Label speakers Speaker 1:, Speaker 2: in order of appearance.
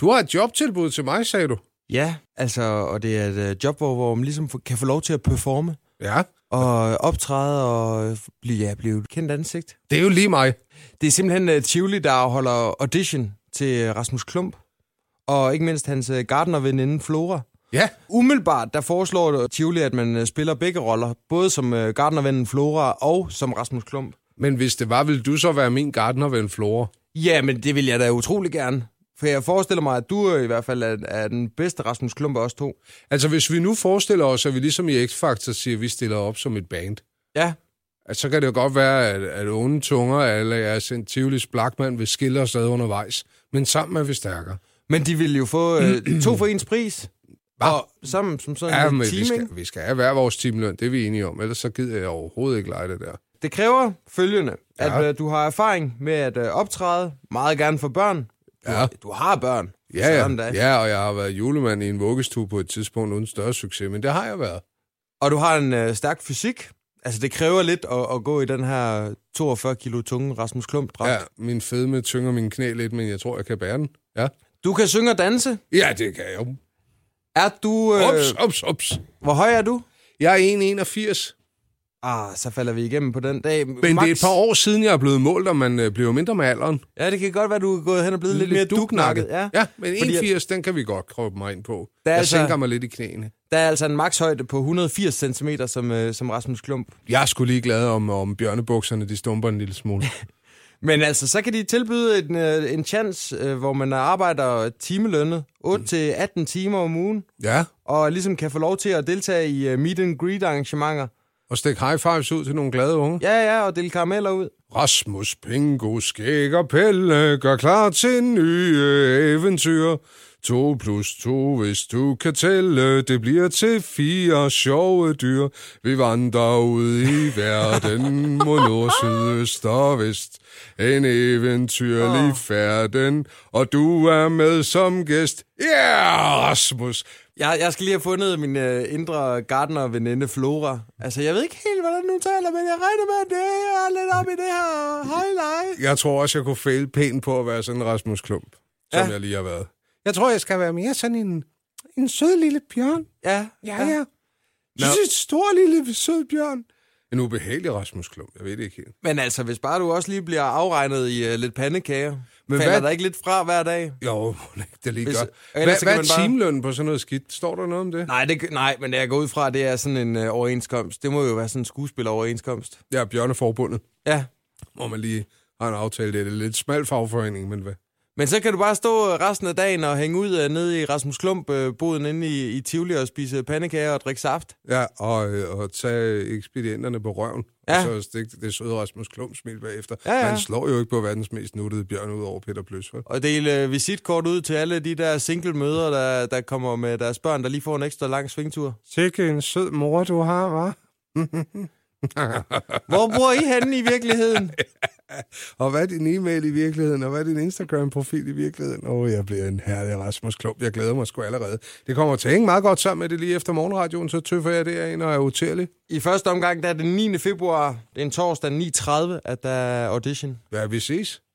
Speaker 1: Du har et jobtilbud til mig, sagde du.
Speaker 2: Ja, altså, og det er et øh, job, hvor, hvor man ligesom f- kan få lov til at performe
Speaker 1: Ja,
Speaker 2: og øh, optræde og øh, blive, ja, blive et kendt ansigt.
Speaker 1: det er jo lige mig.
Speaker 2: Det er simpelthen øh, Tivoli, der holder audition til øh, Rasmus Klump, og ikke mindst hans øh, gardnerveninde Flora.
Speaker 1: Ja,
Speaker 2: Umiddelbart, der foreslår Tivoli, at man øh, spiller begge roller, både som øh, gardnervennen Flora og som Rasmus Klump.
Speaker 1: men hvis det var, ville du så være min gardnerven Flora?
Speaker 2: Ja, men det vil jeg da utrolig gerne. For jeg forestiller mig, at du øh, i hvert fald er, er den bedste Rasmus Klump af os to.
Speaker 1: Altså, hvis vi nu forestiller os, at vi ligesom i X-Factor siger, at vi stiller op som et band,
Speaker 2: Ja,
Speaker 1: at så kan det jo godt være, at, at onde tunger eller jeres Tivolis Blackman vil skille os ad undervejs. Men sammen er vi stærkere.
Speaker 2: men de vil jo få øh, to for ens pris.
Speaker 1: Hva?
Speaker 2: Og sammen som sådan
Speaker 1: Ja,
Speaker 2: en
Speaker 1: men
Speaker 2: team,
Speaker 1: vi skal,
Speaker 2: ikke?
Speaker 1: vi skal have hver vores timeløn, det er vi enige om. Ellers så gider jeg overhovedet ikke lege det der.
Speaker 2: Det kræver følgende, at
Speaker 1: Ja.
Speaker 2: øh, du har erfaring med at øh, optræde, meget gerne for børn. Du,
Speaker 1: Ja.
Speaker 2: du har børn.
Speaker 1: Ja,
Speaker 2: Sådan da.
Speaker 1: ja. ja, og jeg har været julemand i en vuggestue på et tidspunkt uden større succes, men det har jeg været.
Speaker 2: Og du har en øh, stærk fysik. Altså, det kræver lidt at, at gå i den her 42 kilo tunge Rasmus Klump-dragt.
Speaker 1: Ja, min fedme tynger mine knæ lidt, men jeg tror, jeg kan bære den. Ja,
Speaker 2: Du kan synge og danse.
Speaker 1: ja det kan jeg. jo.
Speaker 2: Er du... Øh,
Speaker 1: Ups, ups, ups.
Speaker 2: Hvor høj er du?
Speaker 1: Jeg er 1,81.
Speaker 2: Ah, så falder vi igennem på den dag.
Speaker 1: Men det er et par år siden, jeg er blevet målt, og man øh, bliver jo mindre med alderen.
Speaker 2: Ja, det kan godt være, du er gået hen og blevet lidt, lidt mere duknakket.
Speaker 1: Ja.
Speaker 2: Ja.
Speaker 1: ja, men
Speaker 2: Fordi
Speaker 1: 1,80, den kan vi godt kroppe mig ind på.
Speaker 2: Der er
Speaker 1: jeg
Speaker 2: altså-
Speaker 1: sænker mig lidt i knæene.
Speaker 2: Der er altså en makshøjde på 180 cm, som, øh, som Rasmus Klump.
Speaker 1: Jeg er sgu lige glad om, om bjørnebukserne, de stumper en lille smule.
Speaker 2: Men altså, så kan de tilbyde en, øh, en chance, øh, hvor man arbejder timelønnet 8-18 timer om ugen,
Speaker 1: ja,
Speaker 2: og ligesom kan få lov til at deltage i øh, meet and greet arrangementer.
Speaker 1: og stik high fives ud til nogle glade unge.
Speaker 2: Ja, ja, og dele karameller ud.
Speaker 1: Rasmus Pingo, Skæg og Pelle gør klar til nye eventyr. To plus to, hvis du kan tælle, det bliver til fire sjove dyr. Vi vandrer ud i verden mod nord, syd, øst og vest. En eventyrlig færden, og du er med som gæst. Ja, yeah, Rasmus!
Speaker 2: Jeg, jeg skal lige have fundet min øh, indre gardner-veninde Flora. Altså, jeg ved ikke helt, hvordan hun taler, men jeg regner med, at det er lidt op i det her highlight.
Speaker 1: Jeg tror også, jeg kunne fejle pænt på at være sådan en Rasmus Klump, som
Speaker 2: Ja.
Speaker 1: jeg lige har været. Jeg tror, jeg skal være mere sådan en, en sød lille bjørn.
Speaker 2: Ja,
Speaker 1: Ja, ja. Jeg synes, det er et stor lille sød bjørn. En ubehagelig Rasmus Klump, jeg ved det ikke helt.
Speaker 2: Men altså, hvis bare du også lige bliver afregnet i uh, lidt pandekager, men falder
Speaker 1: hvad-
Speaker 2: hvad? der ikke lidt fra hver dag?
Speaker 1: Jo, mon ikke, det lige
Speaker 2: Hvis-
Speaker 1: gør.
Speaker 2: ellers
Speaker 1: Hvad,
Speaker 2: så kan
Speaker 1: hvad er
Speaker 2: man bare-
Speaker 1: timelønnen på sådan noget skidt? Står der noget om det?
Speaker 2: Nej, det, nej men det jeg går ud fra, det er sådan en uh, overenskomst. Det må jo være sådan en skuespilleroverenskomst.
Speaker 1: Ja, Bjørneforbundet,
Speaker 2: Ja.
Speaker 1: hvor man lige har en aftale. Det er en lidt smal fagforening, men hvad?
Speaker 2: Men så kan du bare stå øh, resten af dagen og hænge ud uh, nede i Rasmus Klump-boden inde i, i Tivoli og spise pandekager og drikke saft.
Speaker 1: Ja, og, øh, og tage ekspedienterne på røven. Ja.
Speaker 2: Ja.
Speaker 1: Og så stikke det søde Rasmus Klump smil bagefter.
Speaker 2: Ja, ja.
Speaker 1: Man slår jo ikke på verdens mest nuttede bjørn ud over Peter Pløs, vel?
Speaker 2: Og dele uh, visitkort ud til alle de der single-møder, der, der kommer med deres børn, der lige får en ekstra lang svingtur.
Speaker 1: Sikke en sød mor, du har, var.
Speaker 2: Hvor bor I henne i virkeligheden?
Speaker 1: Og hvad er din e-mail i virkeligheden, og hvad er din Instagram-profil i virkeligheden? Åh, oh, jeg bliver en herlig Rasmus Klump. Jeg glæder mig sgu allerede. Det kommer til at hænge meget godt sammen med det lige efter morgenradioen, så tøffer jeg derind og er utærlig.
Speaker 2: I første omgang, der er den 9. februar, det er en torsdag 9.30, at der er audition.
Speaker 1: Ja, vi ses.